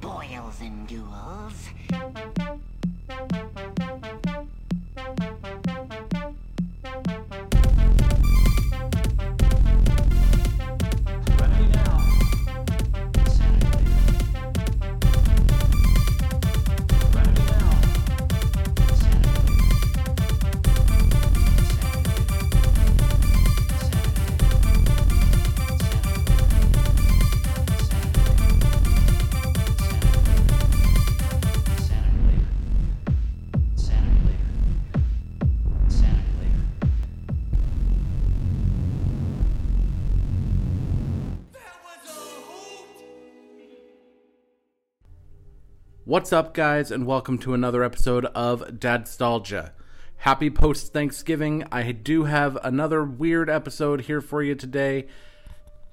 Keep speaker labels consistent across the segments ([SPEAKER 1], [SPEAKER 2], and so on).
[SPEAKER 1] Tales and Duels.
[SPEAKER 2] What's up, guys, and welcome to another episode of Dadstalgia. Happy post Thanksgiving. I do have another weird episode here for you today,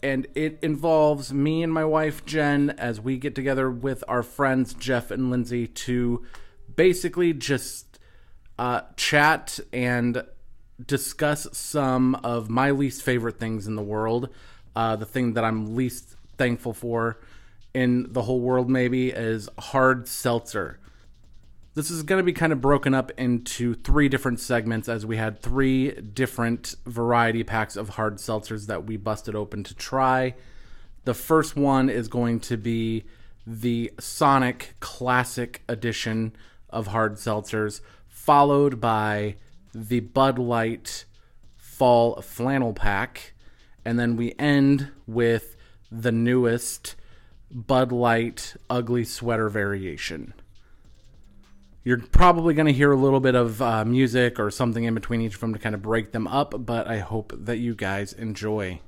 [SPEAKER 2] and it involves me and my wife Jen as we get together with our friends Jeff and Lindsay to basically just uh, chat and discuss some of my least favorite things in the world. Uh, the thing that I'm least thankful for in the whole world, maybe, is hard seltzer. This is going to be kind of broken up into three different segments as we had three different variety packs of hard seltzers that we busted open to try. The first one is going to be the Sonic Classic Edition of hard seltzers, followed by the Bud Light Fall Flannel Pack. And then we end with the newest Bud Light Ugly Sweater variation. You're probably going to hear a little bit of uh, music or something in between each of them to kind of break them up, but I hope that you guys enjoy.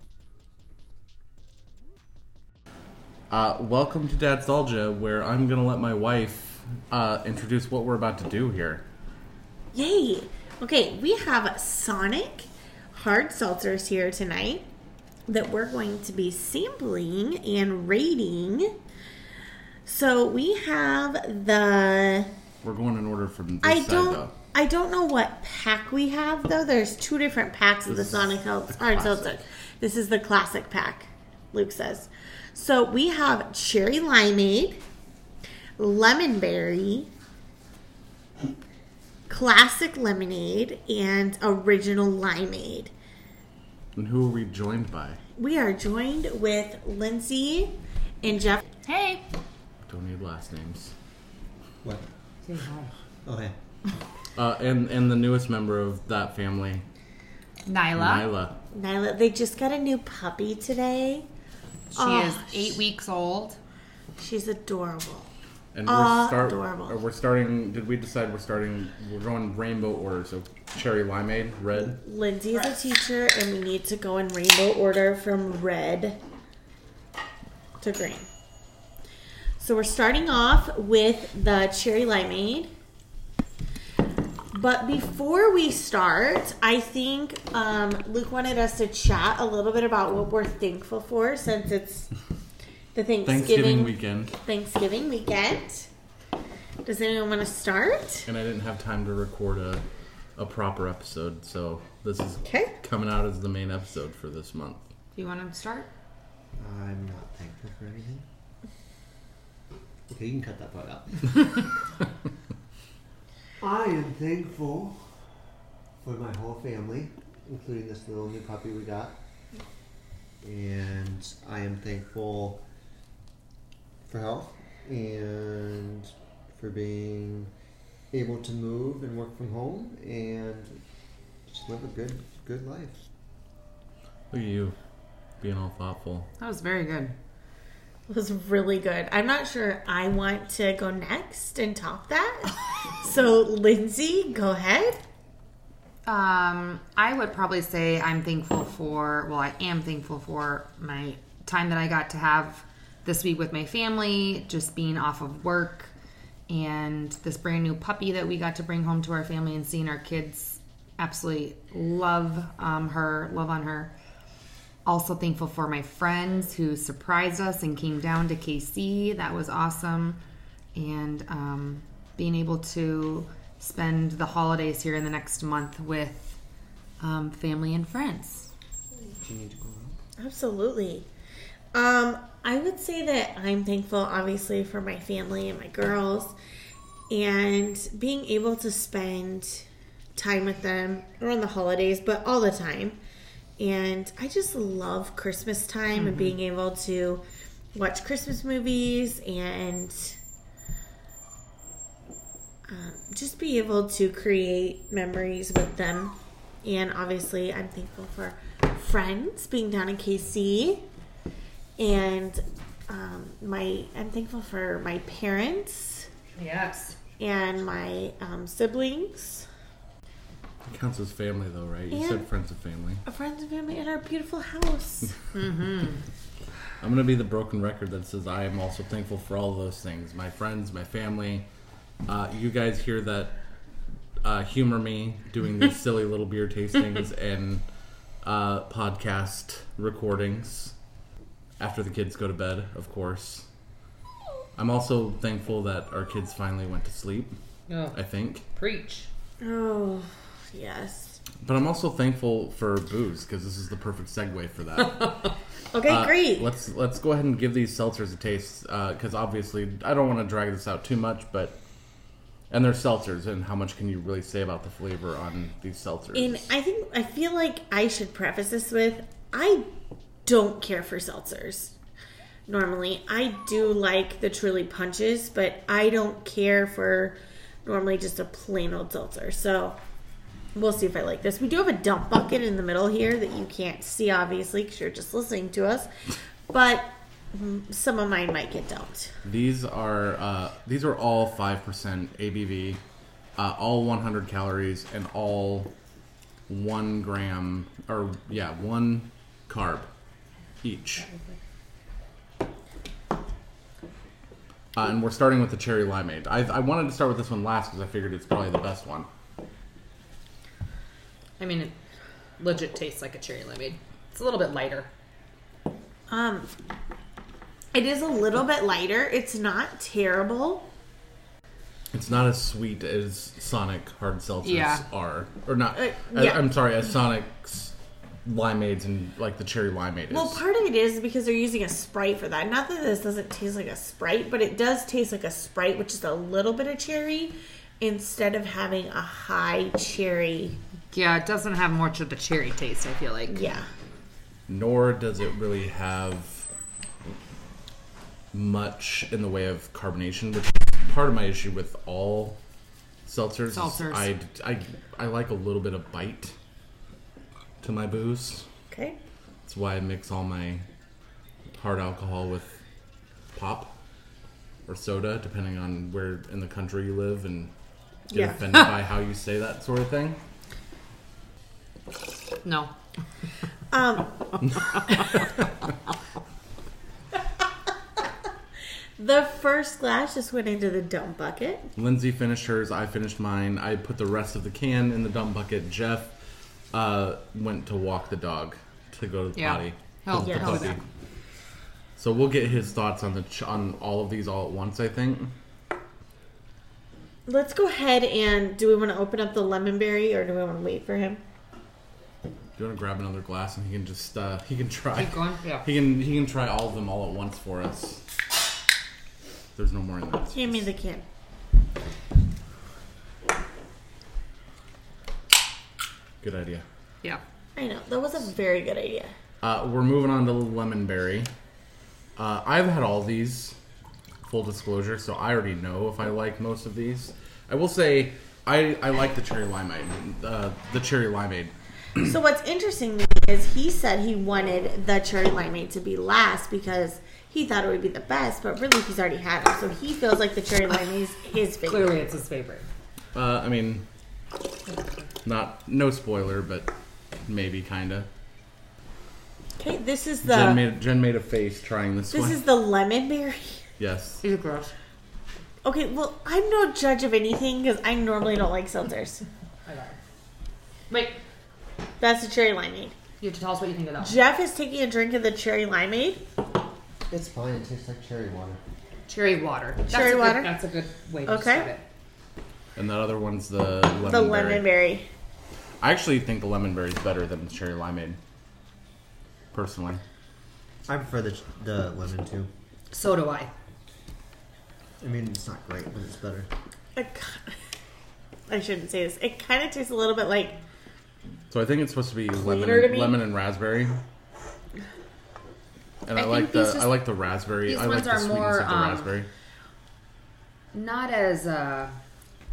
[SPEAKER 2] Uh, welcome to Dadstalgia, where I'm going to let my wife uh, introduce what we're about to do here.
[SPEAKER 3] Yay! Okay, we have Sonic hard seltzers here tonight that we're going to be sampling and rating. So we have the
[SPEAKER 2] We're going in order from this
[SPEAKER 3] I
[SPEAKER 2] side,
[SPEAKER 3] don't
[SPEAKER 2] though.
[SPEAKER 3] I don't know what pack we have though. There's two different packs of the Sonic Health hard
[SPEAKER 2] classic.
[SPEAKER 3] seltzer. This is the classic pack, Luke says. So we have cherry limeade, lemon berry, classic lemonade, and original limeade.
[SPEAKER 2] And who are we joined by?
[SPEAKER 3] We are joined with Lindsay and Jeff. Hey.
[SPEAKER 2] Don't need last names.
[SPEAKER 4] What? Okay.
[SPEAKER 2] Uh, and, and the newest member of that family,
[SPEAKER 5] Nyla.
[SPEAKER 2] Nyla.
[SPEAKER 3] Nyla, they just got a new puppy today.
[SPEAKER 5] She
[SPEAKER 3] Oh,
[SPEAKER 5] is eight weeks old.
[SPEAKER 3] She's adorable.
[SPEAKER 2] And we're, start,
[SPEAKER 3] Adorable.
[SPEAKER 2] uh, we're starting. Did we decide we're starting? We're going rainbow order. So cherry limeade, red.
[SPEAKER 3] Lindsay is a teacher, and we need to go in rainbow order from red to green. So we're starting off with the cherry limeade. But before we start, I think um, Luke wanted us to chat a little bit about what we're thankful for since it's the
[SPEAKER 2] Thanksgiving
[SPEAKER 3] Thanksgiving
[SPEAKER 2] weekend,
[SPEAKER 3] Thanksgiving weekend. Does anyone want to start?
[SPEAKER 2] and I didn't have time to record a, a proper episode. So this is
[SPEAKER 3] Okay.
[SPEAKER 2] coming out as the main episode for this month.
[SPEAKER 5] Do you want to start?
[SPEAKER 4] I'm not thankful for anything. Okay, you can cut that part out. I am thankful for my whole family, including this little new puppy we got. And I am thankful for health and for being able to move and work from home and just live a good good life.
[SPEAKER 2] Look at you, being all thoughtful.
[SPEAKER 5] That was very good.
[SPEAKER 3] It was really good. I'm not sure I want to go next and top that. so, Lindsay, go ahead.
[SPEAKER 5] Um, I would probably say I'm thankful for, well, I am thankful for my time that I got to have this week with my family, just being off of work, and this brand new puppy that we got to bring home to our family and seeing our kids absolutely love um, her, love on her. Also thankful for my friends who surprised us and came down to KC. That was awesome. And um, being able to spend the holidays here in the next month with um, family and friends.
[SPEAKER 4] Do you need to go out?
[SPEAKER 3] Absolutely. Um, I would say that I'm thankful, obviously, for my family and my girls, and being able to spend time with them around the holidays, but all the time. And I just love Christmas time and being able to watch Christmas movies and um, just be able to create memories with them. And obviously, I'm thankful for friends being down in KC and um, my I'm thankful for my parents
[SPEAKER 5] Yes.
[SPEAKER 3] and my um, siblings,
[SPEAKER 2] Counts as family, though, right? You said
[SPEAKER 3] And-
[SPEAKER 2] friends of family.
[SPEAKER 3] our friends and family, and our beautiful house.
[SPEAKER 2] I'm gonna be the broken record that says I am also thankful for all those things. My friends, my family. Uh, you guys hear that? Uh, humor me doing these silly little beer tastings and uh, podcast recordings after the kids go to bed, of course. I'm also thankful that our kids finally went to sleep.
[SPEAKER 5] Oh,
[SPEAKER 2] I think,
[SPEAKER 5] preach.
[SPEAKER 3] oh, yes.
[SPEAKER 2] but I'm also thankful for booze because this is the perfect segue for that.
[SPEAKER 3] Okay,
[SPEAKER 2] Uh,
[SPEAKER 3] great.
[SPEAKER 2] Let's let's go ahead and give these seltzers a taste because obviously I don't want to drag this out too much, but and they're seltzers, and how much can you really say about the flavor on these seltzers?
[SPEAKER 3] And I think I feel like I should preface this with I don't care for seltzers. Normally, I do like the truly punches, but I don't care for normally just a plain old seltzer. So we'll see if I like this. We do have a dump bucket in the middle here that you can't see obviously because you're just listening to us, but mm, some of mine might get dumped.
[SPEAKER 2] these are uh, these are all five percent ABV, uh, all 100 calories, and all one gram or yeah one carb each. Uh, and we're starting with the cherry limeade. I, I wanted to start with this one last because I figured it's probably the best one.
[SPEAKER 5] I mean, it legit tastes like a cherry limeade. It's a little bit lighter.
[SPEAKER 3] Um, it is a little bit lighter. It's not terrible.
[SPEAKER 2] It's not as sweet as Sonic hard seltzers
[SPEAKER 5] Yeah.
[SPEAKER 2] are, or not.
[SPEAKER 3] Uh,
[SPEAKER 2] I-
[SPEAKER 3] yeah.
[SPEAKER 2] I'm sorry, as Sonic's limeades and like the cherry limeade is.
[SPEAKER 3] Well, part of it is because they're using a Sprite for that. Not that this doesn't taste like a Sprite, but it does taste like a Sprite, which is a little bit of cherry instead of having a high cherry.
[SPEAKER 5] Yeah, it doesn't have much of the cherry taste, I feel like.
[SPEAKER 3] Yeah.
[SPEAKER 2] nor does it really have much in the way of carbonation, which is part of my issue with all seltzers. is
[SPEAKER 5] Seltzers.
[SPEAKER 2] I, I, I like a little bit of bite to my booze.
[SPEAKER 3] Okay.
[SPEAKER 2] That's why I mix all my hard alcohol with pop or soda, depending on where in the country you live and get
[SPEAKER 3] Yeah.
[SPEAKER 2] offended by how you say that sort of thing.
[SPEAKER 5] No.
[SPEAKER 3] Um, the first glass just went into the dump bucket.
[SPEAKER 2] Lindsay finished hers. I finished mine. I put the rest of the can in the dump bucket. Jeff uh, went to walk the dog to go to the
[SPEAKER 5] Yeah.
[SPEAKER 2] potty.
[SPEAKER 5] He'll-
[SPEAKER 2] The
[SPEAKER 3] Yeah.
[SPEAKER 5] he'll do
[SPEAKER 2] puppy.
[SPEAKER 5] that.
[SPEAKER 2] So we'll get his thoughts on the ch- on all of these all at once. I think.
[SPEAKER 3] Let's go ahead and do we want to open up the lemon berry or do we want to wait for him?
[SPEAKER 2] Do you want to grab another glass and he can just uh, he can try.
[SPEAKER 5] Keep going? Yeah.
[SPEAKER 2] He can he can try all of them all at once for us. There's no more in that.
[SPEAKER 3] Hand me the can.
[SPEAKER 2] Good idea.
[SPEAKER 5] Yeah.
[SPEAKER 3] I know. That was a very good idea.
[SPEAKER 2] Uh, we're moving on to lemon berry. Uh, I've had all these, full disclosure, so I already know if I like most of these. I will say I, I like the cherry limeade, uh, the cherry limeade.
[SPEAKER 3] So what's interesting is he said he wanted the cherry limeade to be last because he thought it would be the best, but really he's already had it, so he feels like the cherry limeade is his favorite.
[SPEAKER 5] Clearly, it's his favorite.
[SPEAKER 2] Uh, I mean, not no spoiler, but maybe kinda.
[SPEAKER 3] Okay, this is
[SPEAKER 2] Jen
[SPEAKER 3] the
[SPEAKER 2] made Jen made a face trying this,
[SPEAKER 3] this
[SPEAKER 2] one.
[SPEAKER 3] is the lemon berry.
[SPEAKER 2] yes,
[SPEAKER 5] These are gross.
[SPEAKER 3] Okay, well I'm no judge of anything because I normally don't like seltzers.
[SPEAKER 5] I got it. Wait,
[SPEAKER 3] That's the cherry limeade.
[SPEAKER 5] you have to tell us what you think of that one.
[SPEAKER 3] Jeff is taking a drink of the cherry limeade.
[SPEAKER 4] It's fine. It tastes like cherry water.
[SPEAKER 5] Cherry water. That's
[SPEAKER 3] Cherry
[SPEAKER 5] a good-
[SPEAKER 3] water?
[SPEAKER 5] That's a good way to
[SPEAKER 3] Okay.
[SPEAKER 5] describe it.
[SPEAKER 2] and that other one's the lemon,
[SPEAKER 3] The
[SPEAKER 2] berry.
[SPEAKER 3] lemon berry.
[SPEAKER 2] I actually think the lemon berry is better than the cherry limeade, personally.
[SPEAKER 4] I prefer the, the lemon too.
[SPEAKER 5] So do I.
[SPEAKER 4] I mean, it's not great, but it's better.
[SPEAKER 3] It ki- I shouldn't say this. It kind of tastes a little bit like
[SPEAKER 2] So I think it's supposed to be lemon,
[SPEAKER 3] Cleaner to
[SPEAKER 2] and,
[SPEAKER 3] me?
[SPEAKER 2] lemon and raspberry. And
[SPEAKER 5] I
[SPEAKER 2] I, like
[SPEAKER 5] think
[SPEAKER 2] the
[SPEAKER 5] these just-
[SPEAKER 2] I like the raspberry.
[SPEAKER 5] these
[SPEAKER 2] I like
[SPEAKER 5] ones
[SPEAKER 2] the
[SPEAKER 5] are
[SPEAKER 2] sweetness
[SPEAKER 5] more,
[SPEAKER 2] of the
[SPEAKER 5] um,
[SPEAKER 2] raspberry.
[SPEAKER 5] Not as uh,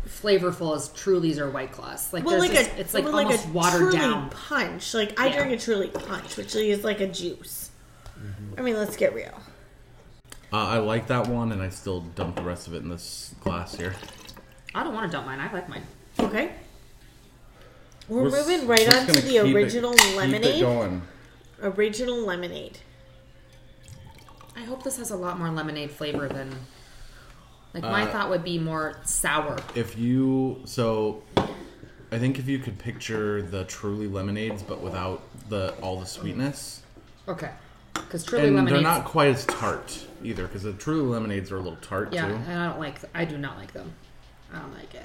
[SPEAKER 5] flavorful as Trulies or White Claws. Like,
[SPEAKER 3] well,
[SPEAKER 5] there's
[SPEAKER 3] like
[SPEAKER 5] this-
[SPEAKER 3] a
[SPEAKER 5] it's like
[SPEAKER 3] well,
[SPEAKER 5] almost
[SPEAKER 3] a
[SPEAKER 5] watered
[SPEAKER 3] truly
[SPEAKER 5] down.
[SPEAKER 3] punch. Like I
[SPEAKER 5] Yeah.
[SPEAKER 3] drink a truly punch, which is like a juice.
[SPEAKER 2] Mm-hmm.
[SPEAKER 3] I mean, let's get real.
[SPEAKER 2] Uh, I like that one, and I still dump the rest of it in this glass here.
[SPEAKER 5] I don't want to dump mine. I like mine.
[SPEAKER 3] Okay. We're,
[SPEAKER 2] s-
[SPEAKER 3] moving right
[SPEAKER 2] just
[SPEAKER 3] on to
[SPEAKER 2] gonna
[SPEAKER 3] the
[SPEAKER 2] keep it-
[SPEAKER 3] original
[SPEAKER 2] keep it
[SPEAKER 3] lemonade.
[SPEAKER 2] going.
[SPEAKER 3] Original lemonade.
[SPEAKER 5] I hope this has a lot more lemonade flavor than. Like my
[SPEAKER 2] Uh,
[SPEAKER 5] thought would be more sour.
[SPEAKER 2] If you so, I think if you could picture the truly lemonades, but without the all the sweetness,
[SPEAKER 5] Okay, because Truly
[SPEAKER 2] and
[SPEAKER 5] lemonade.
[SPEAKER 2] they're not quite as tart either, because the truly lemonades are a little tart
[SPEAKER 5] Yeah,
[SPEAKER 2] too.
[SPEAKER 5] and I don't like. I do not like them. I don't like it.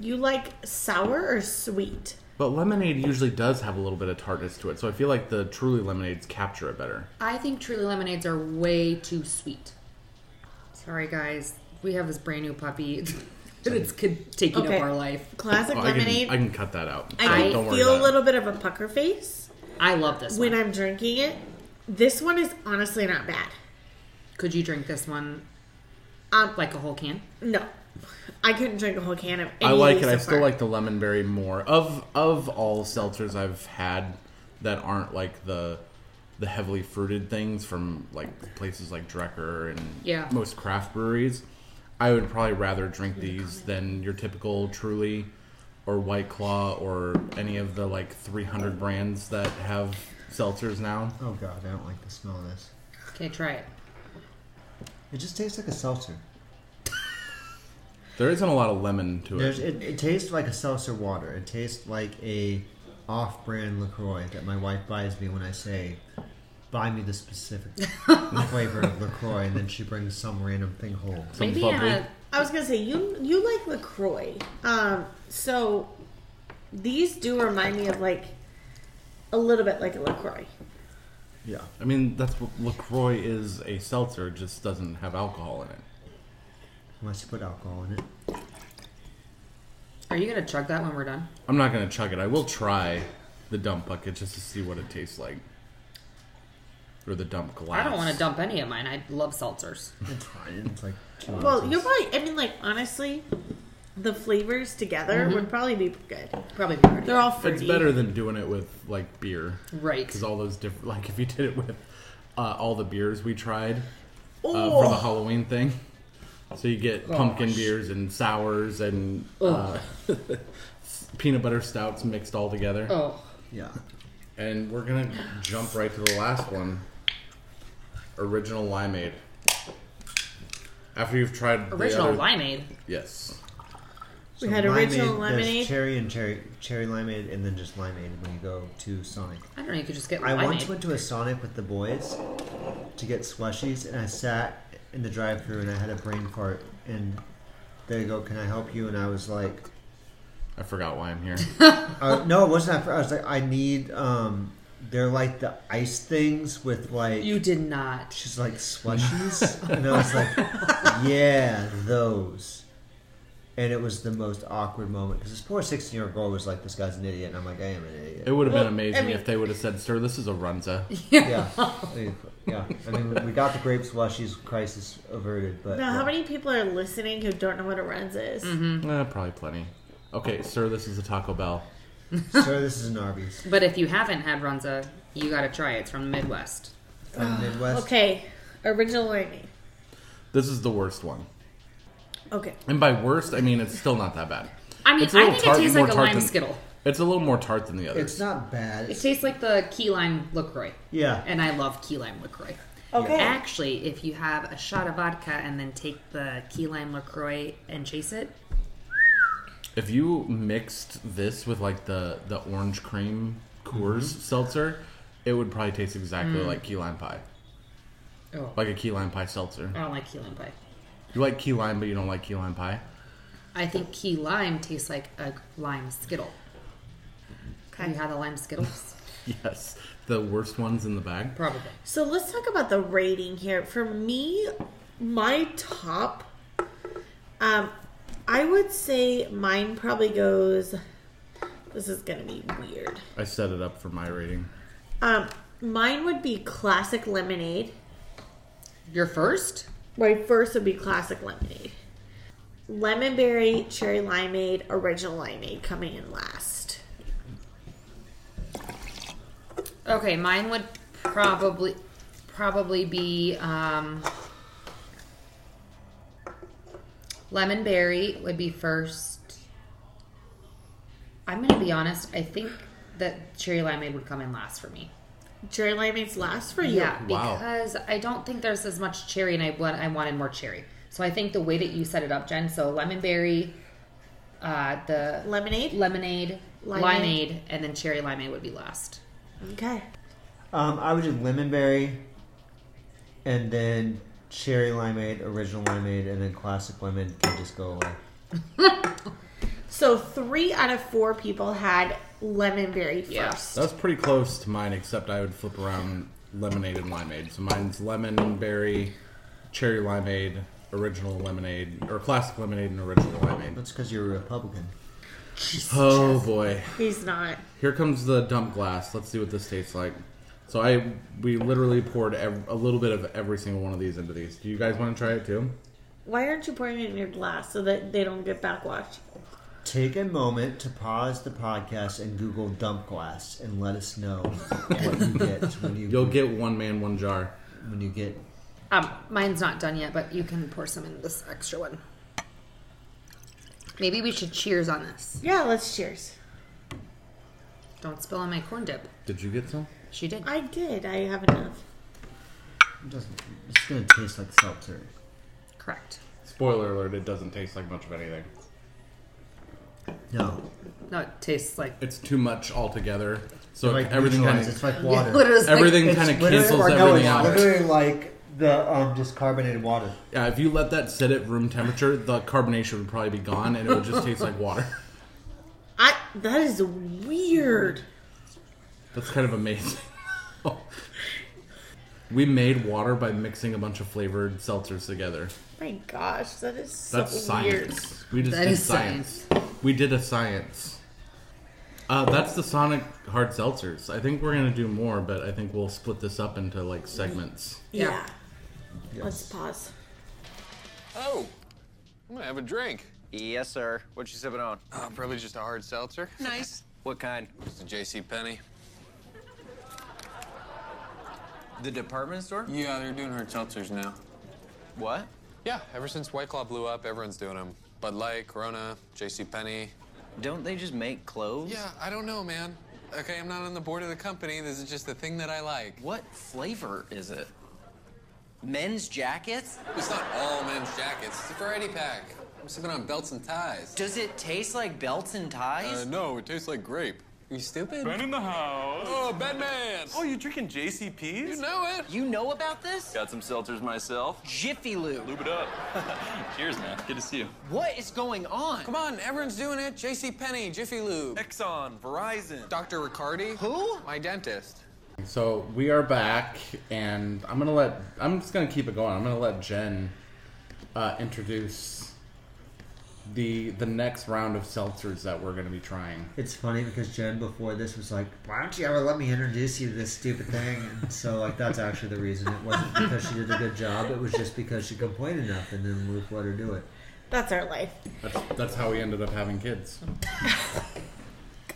[SPEAKER 3] You like sour or sweet?
[SPEAKER 2] But lemonade usually does have a little bit of tartness to it, so I feel like the truly lemonades capture it better.
[SPEAKER 5] I think Truly lemonades are way too sweet. Sorry, guys. We have this brand new puppy. it's kid taking
[SPEAKER 3] Okay.
[SPEAKER 5] up our life.
[SPEAKER 3] Classic
[SPEAKER 2] Oh, I
[SPEAKER 3] lemonade.
[SPEAKER 2] can I can cut that out.
[SPEAKER 3] I
[SPEAKER 2] Don't-
[SPEAKER 3] can
[SPEAKER 2] don't worry
[SPEAKER 3] feel
[SPEAKER 2] about
[SPEAKER 3] a
[SPEAKER 2] it.
[SPEAKER 3] little bit of a pucker face
[SPEAKER 5] I love this
[SPEAKER 3] when
[SPEAKER 5] one.
[SPEAKER 3] I'm drinking it. This one is honestly not bad.
[SPEAKER 5] Could you drink this one
[SPEAKER 3] Um,
[SPEAKER 5] like a whole can?
[SPEAKER 3] no, I couldn't drink a whole can of. Any
[SPEAKER 2] I like
[SPEAKER 3] of
[SPEAKER 2] it.
[SPEAKER 3] these
[SPEAKER 2] I
[SPEAKER 3] so
[SPEAKER 2] still
[SPEAKER 3] far.
[SPEAKER 2] like the lemon berry more. Of of all seltzers I've had that aren't like the the heavily fruited things from like places like Drecker and
[SPEAKER 5] Yeah.
[SPEAKER 2] most craft breweries, I would probably rather drink these than your typical Truly or White Claw or any of the like 300 brands that have seltzers now.
[SPEAKER 4] Oh god, I don't like the smell of this.
[SPEAKER 5] Okay, try it.
[SPEAKER 4] It just tastes like a seltzer.
[SPEAKER 2] There isn't a lot of lemon to
[SPEAKER 4] There's,
[SPEAKER 2] it.
[SPEAKER 4] it, it tastes like a seltzer water. It tastes like a off-brand Lacroix that my wife buys me when I say, "Buy me the specific flavor of Lacroix," and then she brings some random thing home.
[SPEAKER 2] Some
[SPEAKER 5] Maybe
[SPEAKER 2] bubbly.
[SPEAKER 5] uh,
[SPEAKER 3] I was gonna say you you like Lacroix. Um, so these do remind me of like a little bit like a Lacroix.
[SPEAKER 4] Yeah,
[SPEAKER 2] I mean, that's what LaCroix is a seltzer, it just doesn't have alcohol in it.
[SPEAKER 4] unless you put alcohol in it.
[SPEAKER 5] are you gonna chug that when we're done?
[SPEAKER 2] I'm not gonna chug it. I will try the dump bucket just to see what it tastes like, or the dump glass.
[SPEAKER 5] I don't want to dump any of mine. I love seltzers.
[SPEAKER 4] It's fine. It's like two
[SPEAKER 2] Oh,
[SPEAKER 3] Well,
[SPEAKER 4] ounces.
[SPEAKER 3] you're probably. I mean, like honestly, the flavors together would probably be good.
[SPEAKER 5] Probably be pretty.
[SPEAKER 3] They're all
[SPEAKER 2] Mm-hmm. It's
[SPEAKER 3] fruity.
[SPEAKER 2] better than doing it with like beer,
[SPEAKER 5] Right.
[SPEAKER 2] Because all those different, like if you did it with uh, all the beers we tried uh,
[SPEAKER 3] Oh,
[SPEAKER 2] for the Halloween thing, so you get pumpkin beers and sours and uh, peanut butter stouts mixed all together.
[SPEAKER 5] Oh,
[SPEAKER 4] yeah.
[SPEAKER 2] And we're gonna jump right to the last one. Original limeade. After you've tried the
[SPEAKER 5] original
[SPEAKER 2] other-
[SPEAKER 5] limeade.
[SPEAKER 2] Yes.
[SPEAKER 3] we
[SPEAKER 4] So
[SPEAKER 3] had original
[SPEAKER 4] limeade,
[SPEAKER 3] lemonade.
[SPEAKER 4] There's cherry and cherry, cherry limeade, and then just limeade when you go to Sonic.
[SPEAKER 5] I don't know. You could just get
[SPEAKER 4] I once
[SPEAKER 5] limeade.
[SPEAKER 4] went to a Sonic with the boys to get slushies, and I sat in the drive-through and I had a brain fart. And they go, "Can I help you?" And I was like,
[SPEAKER 2] I forgot why I'm here.
[SPEAKER 4] uh, "No, it wasn't." That fr- I was like, "I need." um They're like the ice things with like.
[SPEAKER 5] you did not.
[SPEAKER 4] She's like slushies, and I was like, "Yeah, those." And it was the most awkward moment because this poor sixteen-year-old girl was like, "This guy's an idiot," and I'm like, "I am an idiot."
[SPEAKER 2] It would have
[SPEAKER 3] Well,
[SPEAKER 2] been amazing
[SPEAKER 3] I mean-
[SPEAKER 2] if they would have said, "Sir, this is a runza."
[SPEAKER 4] yeah, I mean, yeah. I mean, we got the grape slushies crisis averted, but
[SPEAKER 3] Now,
[SPEAKER 4] yeah.
[SPEAKER 3] how many people are listening who don't know what a runs is?
[SPEAKER 2] Eh, probably plenty. Okay, sir, this is a Taco Bell.
[SPEAKER 4] Sir, this is an Arby's
[SPEAKER 5] But if you haven't had Runza, you got to try it. It's from the Midwest.
[SPEAKER 4] from the Uh, Midwest.
[SPEAKER 3] Okay, original lemonade.
[SPEAKER 2] This is the worst one,
[SPEAKER 3] Okay,
[SPEAKER 2] and by worst, I mean it's still not that bad.
[SPEAKER 5] I mean,
[SPEAKER 2] It's a little
[SPEAKER 5] I think
[SPEAKER 2] tart-
[SPEAKER 5] it tastes
[SPEAKER 2] more
[SPEAKER 5] like a
[SPEAKER 2] tart
[SPEAKER 5] lime
[SPEAKER 2] than-
[SPEAKER 5] skittle.
[SPEAKER 2] It's a little more tart than the others.
[SPEAKER 4] It's not bad.
[SPEAKER 5] It
[SPEAKER 4] It's,
[SPEAKER 5] tastes like the key lime Lacroix,
[SPEAKER 4] yeah,
[SPEAKER 5] and I love key lime Lacroix.
[SPEAKER 3] okay.
[SPEAKER 5] Actually, if you have a shot of vodka and then take the key lime Lacroix and chase it,
[SPEAKER 2] If you mixed this with like the the orange cream Coors seltzer, it would probably taste exactly like key lime pie,
[SPEAKER 5] oh,
[SPEAKER 2] like a key lime pie seltzer.
[SPEAKER 5] I don't like key lime pie.
[SPEAKER 2] You like key lime, but you don't like key lime pie.
[SPEAKER 5] I think key lime tastes like a lime skittle. Have you had the lime skittles?
[SPEAKER 2] Yes, the worst ones in the bag.
[SPEAKER 5] Probably.
[SPEAKER 3] So let's talk about the rating here. For me, my top, um, I would say mine probably goes. This is gonna be weird.
[SPEAKER 2] I set it up for my rating.
[SPEAKER 3] Um, mine would be classic lemonade.
[SPEAKER 5] Your first?
[SPEAKER 3] My first would be classic lemonade. Lemon berry, cherry limeade, original limeade coming in last.
[SPEAKER 5] Okay, mine would probably probably be um lemon berry would be first. I'm gonna be honest, I think that cherry limeade would come in last for me.
[SPEAKER 3] Cherry limeade's last for you.
[SPEAKER 5] Yeah,
[SPEAKER 2] Wow.
[SPEAKER 5] because I don't think there's as much cherry, and I want I wanted more cherry. So I think the way that you set it up, Jen, so lemon berry, uh, the
[SPEAKER 3] Lemonade.
[SPEAKER 5] lemonade,
[SPEAKER 3] Limeade.
[SPEAKER 5] limeade, and then cherry limeade would be last.
[SPEAKER 3] Okay.
[SPEAKER 4] Um, I would do lemon berry, and then cherry limeade, original limeade, and then classic lemon can just go away.
[SPEAKER 3] So three out of four people had lemon berry first.
[SPEAKER 5] Yeah.
[SPEAKER 2] That's pretty close to mine, except I would flip around lemonade and limeade. So mine's lemon berry, cherry limeade, original lemonade, or classic lemonade and original limeade.
[SPEAKER 4] That's because you're a Republican.
[SPEAKER 2] Oh boy,
[SPEAKER 3] He's not.
[SPEAKER 2] here comes the dump glass. Let's see what this tastes like. So I we literally poured ev- a little bit of every single one of these into these. Do you guys want to try it too?
[SPEAKER 3] Why aren't you pouring it in your glass so that they don't get backwash?
[SPEAKER 4] Take a moment to pause the podcast and Google dump glass and let us know what you get when you
[SPEAKER 2] You'll get one man, one jar.
[SPEAKER 4] when you get.
[SPEAKER 5] Um, mine's not done yet, but you can pour some in this extra one. Maybe we should cheers on this.
[SPEAKER 3] Yeah, let's cheers.
[SPEAKER 5] Don't spill on my corn dip.
[SPEAKER 2] Did you get some?
[SPEAKER 5] She did.
[SPEAKER 3] I did. I have enough.
[SPEAKER 4] It doesn't, it's gonna taste like seltzer.
[SPEAKER 5] Correct.
[SPEAKER 2] Spoiler alert: It doesn't taste like much of anything.
[SPEAKER 4] No,
[SPEAKER 5] No, it tastes like.
[SPEAKER 2] It's too much altogether. So
[SPEAKER 4] like
[SPEAKER 2] everything kind
[SPEAKER 4] neutralized,
[SPEAKER 2] of
[SPEAKER 4] It's like
[SPEAKER 5] Yeah,
[SPEAKER 4] water.
[SPEAKER 5] it is like-
[SPEAKER 2] Everything
[SPEAKER 4] It's
[SPEAKER 2] kind of
[SPEAKER 4] literally-
[SPEAKER 2] cancels
[SPEAKER 4] or no,
[SPEAKER 2] everything
[SPEAKER 4] it's
[SPEAKER 2] out.
[SPEAKER 4] Literally like the um, just carbonated water.
[SPEAKER 2] Yeah, Uh, if you let that sit at room temperature, the carbonation would probably be gone, and it would just taste like water.
[SPEAKER 3] I that is weird.
[SPEAKER 2] That's kind of amazing. we made water by mixing a bunch of flavored seltzers together.
[SPEAKER 3] My gosh, that is so
[SPEAKER 2] That's
[SPEAKER 3] weird.
[SPEAKER 2] science. We just
[SPEAKER 5] That
[SPEAKER 2] did
[SPEAKER 5] is
[SPEAKER 2] science. We did a science. Uh, that's the Sonic hard seltzers. I think we're gonna do more, but I think we'll split this up into like segments.
[SPEAKER 3] Yeah.
[SPEAKER 5] Yeah.
[SPEAKER 3] Let's pause.
[SPEAKER 1] Oh, I'm gonna have a drink.
[SPEAKER 6] Yes, sir. What you sipping on?
[SPEAKER 1] Oh, probably just a hard seltzer.
[SPEAKER 6] Nice. What kind?
[SPEAKER 1] It's a J.C. Penney.
[SPEAKER 6] The department store?
[SPEAKER 1] Yeah, they're doing hard seltzers now.
[SPEAKER 6] What?
[SPEAKER 1] Yeah, ever since White Claw blew up, everyone's doing them. Bud Light, Corona, J.C. Penney.
[SPEAKER 6] Don't they just make clothes?
[SPEAKER 1] Yeah, I don't know, man. Okay, I'm not on the board of the company. This is just the thing that I like.
[SPEAKER 6] What flavor is it? Men's jackets?
[SPEAKER 1] It's not all men's jackets. It's a variety pack. I'm sipping on belts and ties.
[SPEAKER 6] Does it taste like belts and
[SPEAKER 1] Uh,
[SPEAKER 6] ties?
[SPEAKER 1] no, it tastes like grape. you stupid?
[SPEAKER 7] in the house.
[SPEAKER 1] Oh, Bedman!
[SPEAKER 7] Oh, you drinking JCPs?
[SPEAKER 1] you know it.
[SPEAKER 6] You know about this?
[SPEAKER 7] Got some seltzers myself.
[SPEAKER 6] Jiffy Lube.
[SPEAKER 7] it up. Cheers, man. Good to see you.
[SPEAKER 6] What is going on?
[SPEAKER 1] Come on, everyone's doing it. J.C. Penney, Jiffy Lube.
[SPEAKER 7] Exxon, Verizon.
[SPEAKER 1] Dr. Riccardi.
[SPEAKER 6] Who?
[SPEAKER 1] My dentist.
[SPEAKER 2] So we are back, and I'm gonna let I'm just gonna keep it going. I'm gonna let Jen uh, introduce the the next round of seltzers that we're gonna be trying.
[SPEAKER 4] It's funny because Jen before this was like, "Why don't you ever let me introduce you to this stupid thing?" And so like that's actually the reason. It wasn't because she did a good job. It was just because she complained enough, and then Luke let her do it.
[SPEAKER 3] That's our life.
[SPEAKER 2] That's that's how we ended up having kids.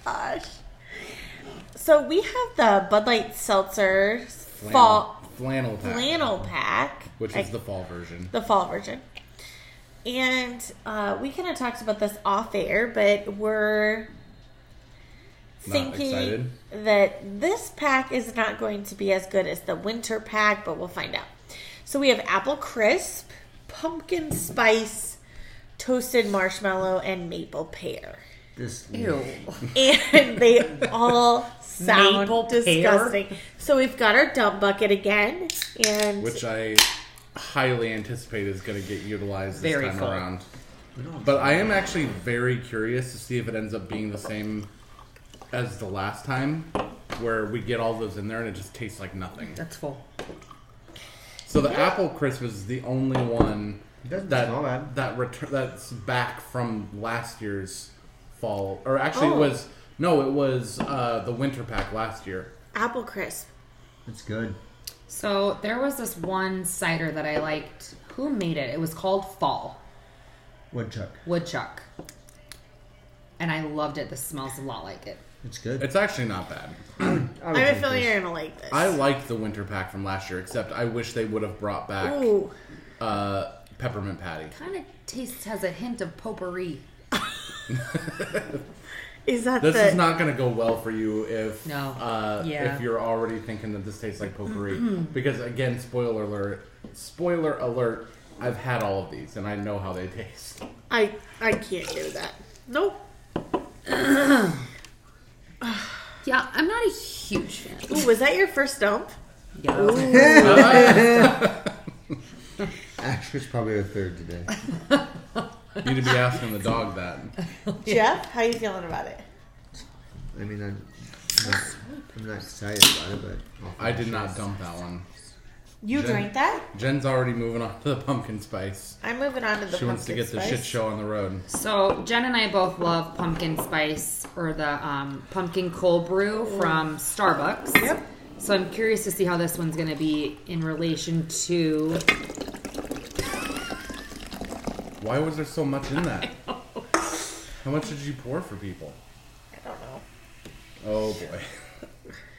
[SPEAKER 3] Gosh. So we have the Bud Light Seltzer Fall
[SPEAKER 2] flannel pack,
[SPEAKER 3] flannel pack.
[SPEAKER 2] which
[SPEAKER 3] I-
[SPEAKER 2] is the fall version.
[SPEAKER 3] the fall version. And uh, we kind of talked about this off air, but we're thinking
[SPEAKER 2] excited?
[SPEAKER 3] that this pack is not going to be as good as the winter pack, but we'll find out. So we have apple crisp, pumpkin spice, toasted marshmallow, and maple pear.
[SPEAKER 4] This
[SPEAKER 5] Ew.
[SPEAKER 3] And they all sound
[SPEAKER 5] Maple pear?
[SPEAKER 3] disgusting. So we've got our dump bucket again, and
[SPEAKER 2] which I highly anticipate is going to get utilized this
[SPEAKER 5] Very
[SPEAKER 2] time
[SPEAKER 5] full.
[SPEAKER 2] around. But I am actually very curious to see if it ends up being the same as the last time. where we get all those in there and it just tastes like nothing.
[SPEAKER 5] That's full.
[SPEAKER 2] So the apple crisp is the only one
[SPEAKER 4] It
[SPEAKER 2] that
[SPEAKER 4] doesn't smell bad.
[SPEAKER 2] that return that's back from last year's fall, or actually
[SPEAKER 3] Oh.
[SPEAKER 2] it was no, it was uh, the winter pack last year.
[SPEAKER 3] Apple crisp.
[SPEAKER 4] It's good.
[SPEAKER 5] So there was this one cider that I liked. Who made it? It was called Fall
[SPEAKER 4] Woodchuck.
[SPEAKER 5] Woodchuck, and I loved it. This smells a lot like it.
[SPEAKER 4] It's good.
[SPEAKER 2] It's actually not bad.
[SPEAKER 4] I
[SPEAKER 3] I
[SPEAKER 4] would
[SPEAKER 3] have a
[SPEAKER 4] drink
[SPEAKER 3] feeling
[SPEAKER 4] this.
[SPEAKER 3] you're gonna like this.
[SPEAKER 2] I liked the winter pack from last year, except I wish they would have brought back
[SPEAKER 3] Ooh,
[SPEAKER 2] uh, peppermint patty.
[SPEAKER 5] Kind of tastes has a hint of potpourri.
[SPEAKER 3] is that
[SPEAKER 2] This
[SPEAKER 3] the?
[SPEAKER 2] is not going to go well for you if
[SPEAKER 5] No.
[SPEAKER 2] uh,
[SPEAKER 5] Yeah. Mm-hmm.
[SPEAKER 2] if you're already thinking that this tastes like potpourri. because again, spoiler alert, spoiler alert. I've had all of these and I know how they taste.
[SPEAKER 3] I I can't do that. Nope.
[SPEAKER 5] Yeah, I'm not a huge fan.
[SPEAKER 3] Ooh, was that your first dump?
[SPEAKER 5] Yeah.
[SPEAKER 4] Asher's probably a third today.
[SPEAKER 2] You need to be asking the dog that.
[SPEAKER 3] Jeff, how you feeling about it?
[SPEAKER 4] I mean, I'm not, I'm not excited about it, but I'll
[SPEAKER 2] I did not dump that one.
[SPEAKER 3] You
[SPEAKER 2] Jen-
[SPEAKER 3] drank that?
[SPEAKER 2] Jen's already moving on to the pumpkin spice.
[SPEAKER 3] I'm moving on to the
[SPEAKER 2] She wants to
[SPEAKER 3] pumpkin
[SPEAKER 2] get the
[SPEAKER 3] spice.
[SPEAKER 2] shit show on the road.
[SPEAKER 5] So Jen and I both love pumpkin spice or the um, pumpkin cold brew from Starbucks.
[SPEAKER 3] Yep.
[SPEAKER 5] So I'm curious to see how this one's going to be in relation to.
[SPEAKER 2] Why was there so much in that? How much did you pour for people?
[SPEAKER 3] I don't know.
[SPEAKER 2] Oh boy.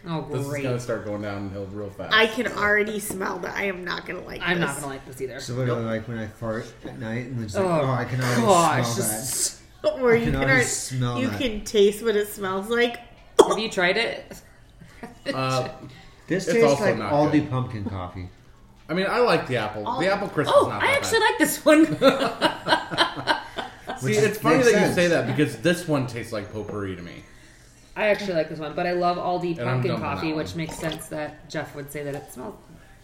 [SPEAKER 5] Oh
[SPEAKER 2] This is gonna
[SPEAKER 5] great!
[SPEAKER 2] start going downhill real fast.
[SPEAKER 3] I can already smell that I am not gonna like
[SPEAKER 5] I'm
[SPEAKER 3] this.
[SPEAKER 5] not going to like this either.
[SPEAKER 4] So literally, like when I fart at night, and it's like,
[SPEAKER 5] Oh,
[SPEAKER 4] oh, I can already
[SPEAKER 5] gosh,
[SPEAKER 4] smell
[SPEAKER 5] this-
[SPEAKER 4] that.
[SPEAKER 3] Or
[SPEAKER 4] I
[SPEAKER 3] you
[SPEAKER 4] can
[SPEAKER 3] can,
[SPEAKER 4] already
[SPEAKER 3] already-
[SPEAKER 4] smell
[SPEAKER 3] you
[SPEAKER 4] that.
[SPEAKER 3] can taste what it smells like.
[SPEAKER 5] Have you tried it?
[SPEAKER 2] Uh,
[SPEAKER 4] This
[SPEAKER 2] It's
[SPEAKER 4] tastes
[SPEAKER 2] also
[SPEAKER 4] like
[SPEAKER 2] not
[SPEAKER 4] Aldi
[SPEAKER 2] good.
[SPEAKER 4] pumpkin coffee.
[SPEAKER 2] I mean, I like the apple. the apple crisp is
[SPEAKER 5] Oh,
[SPEAKER 2] not
[SPEAKER 5] I
[SPEAKER 2] that
[SPEAKER 5] actually
[SPEAKER 2] bad.
[SPEAKER 5] like this one.
[SPEAKER 2] See,
[SPEAKER 4] Which
[SPEAKER 2] it's funny that
[SPEAKER 4] makes
[SPEAKER 2] you
[SPEAKER 4] sense.
[SPEAKER 2] say that because this one tastes like potpourri to me.
[SPEAKER 5] I actually like this one, but I love Aldi
[SPEAKER 2] I'm
[SPEAKER 5] pumpkin
[SPEAKER 2] dumping that
[SPEAKER 5] coffee,
[SPEAKER 2] one.
[SPEAKER 5] which makes sense that Jeff would say that it smells.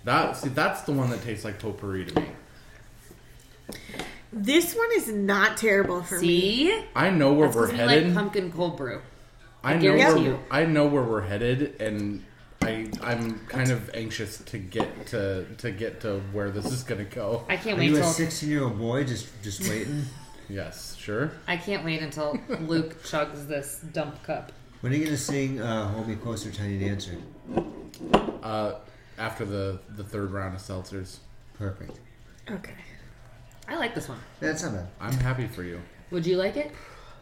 [SPEAKER 2] That see, that's the one that tastes like potpourri to me.
[SPEAKER 3] This one is not terrible for me.
[SPEAKER 5] See,
[SPEAKER 2] I know where
[SPEAKER 5] That's
[SPEAKER 2] we're
[SPEAKER 5] 'cause we
[SPEAKER 2] headed.
[SPEAKER 5] like pumpkin cold brew.
[SPEAKER 2] I know
[SPEAKER 5] guarantee
[SPEAKER 2] where
[SPEAKER 5] you.
[SPEAKER 2] we're- I know where we're headed, and I I'm kind of anxious to get to to get to where this is gonna go.
[SPEAKER 5] I can't
[SPEAKER 4] Are
[SPEAKER 5] wait
[SPEAKER 4] you a
[SPEAKER 5] till
[SPEAKER 4] 16 year old boy just just waiting?
[SPEAKER 2] Yes, sure.
[SPEAKER 5] I can't wait until Luke chugs this dump cup.
[SPEAKER 4] when are you gonna sing uh, "Hold Me Closer, Tiny Dancer"?
[SPEAKER 2] Uh, after the the third round of seltzers,
[SPEAKER 4] Perfect.
[SPEAKER 3] Okay.
[SPEAKER 5] I like this one.
[SPEAKER 4] That's not bad.
[SPEAKER 2] I'm happy for you.
[SPEAKER 5] Would you like it?